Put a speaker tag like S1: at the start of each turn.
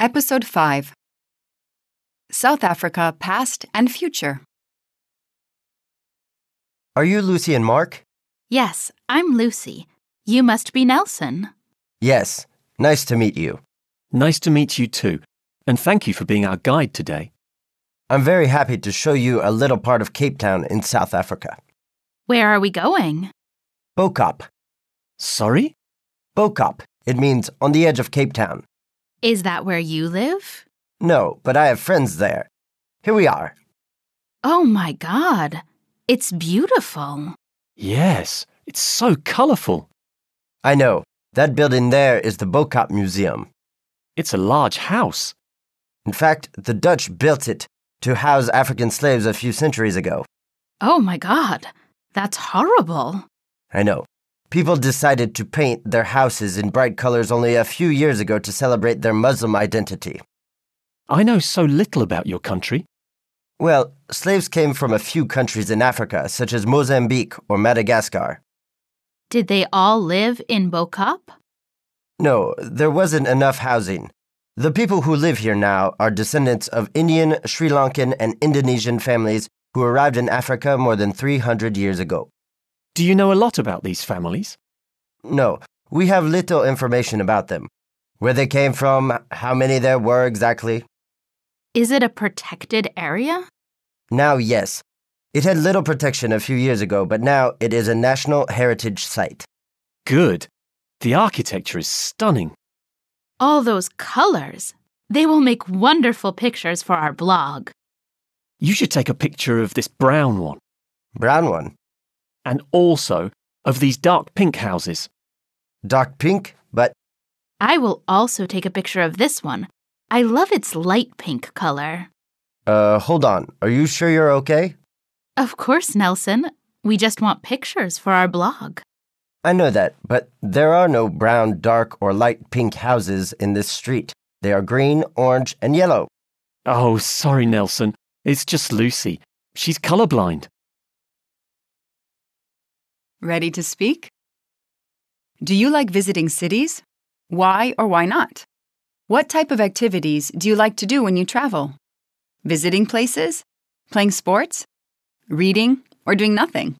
S1: Episode 5 South Africa Past and Future.
S2: Are you Lucy and Mark?
S3: Yes, I'm Lucy. You must be Nelson.
S2: Yes. Nice to meet you.
S4: Nice to meet you too, and thank you for being our guide today.
S2: I'm very happy to show you a little part of Cape Town in South Africa.
S3: Where are we going?
S2: Bokop.
S4: Sorry?
S2: Bokop. It means on the edge of Cape Town.
S3: Is that where you live?
S2: No, but I have friends there. Here we are.
S3: Oh my god, it's beautiful.
S4: Yes, it's so colourful.
S2: I know. That building there is the Bokop Museum.
S4: It's a large house.
S2: In fact, the Dutch built it to house African slaves a few centuries ago.
S3: Oh my god, that's horrible.
S2: I know. People decided to paint their houses in bright colors only a few years ago to celebrate their Muslim identity.
S4: I know so little about your country.
S2: Well, slaves came from a few countries in Africa, such as Mozambique or Madagascar.
S3: Did they all live in Bokop?
S2: No, there wasn't enough housing. The people who live here now are descendants of Indian, Sri Lankan, and Indonesian families who arrived in Africa more than 300 years ago.
S4: Do you know a lot about these families?
S2: No, we have little information about them. Where they came from, how many there were exactly.
S3: Is it a protected area?
S2: Now, yes. It had little protection a few years ago, but now it is a National Heritage Site.
S4: Good. The architecture is stunning.
S3: All those colors. They will make wonderful pictures for our blog.
S4: You should take a picture of this brown one
S2: Brown one.
S4: and also of these dark pink houses.
S2: Dark pink, but
S3: I will also take a picture of this one. I love its light pink color.
S2: Uh, hold on. Are you sure you're okay?
S3: Of course, Nelson. We just want pictures for our blog.
S2: I know that, but there are no brown, dark, or light pink houses in this street. They are green, orange, and yellow.
S4: Oh, sorry, Nelson. It's just Lucy. She's colourblind.
S1: Ready to speak? Do you like visiting cities? Why or why not? What type of activities do you like to do when you travel? Visiting places? Playing sports? Reading? Or doing nothing?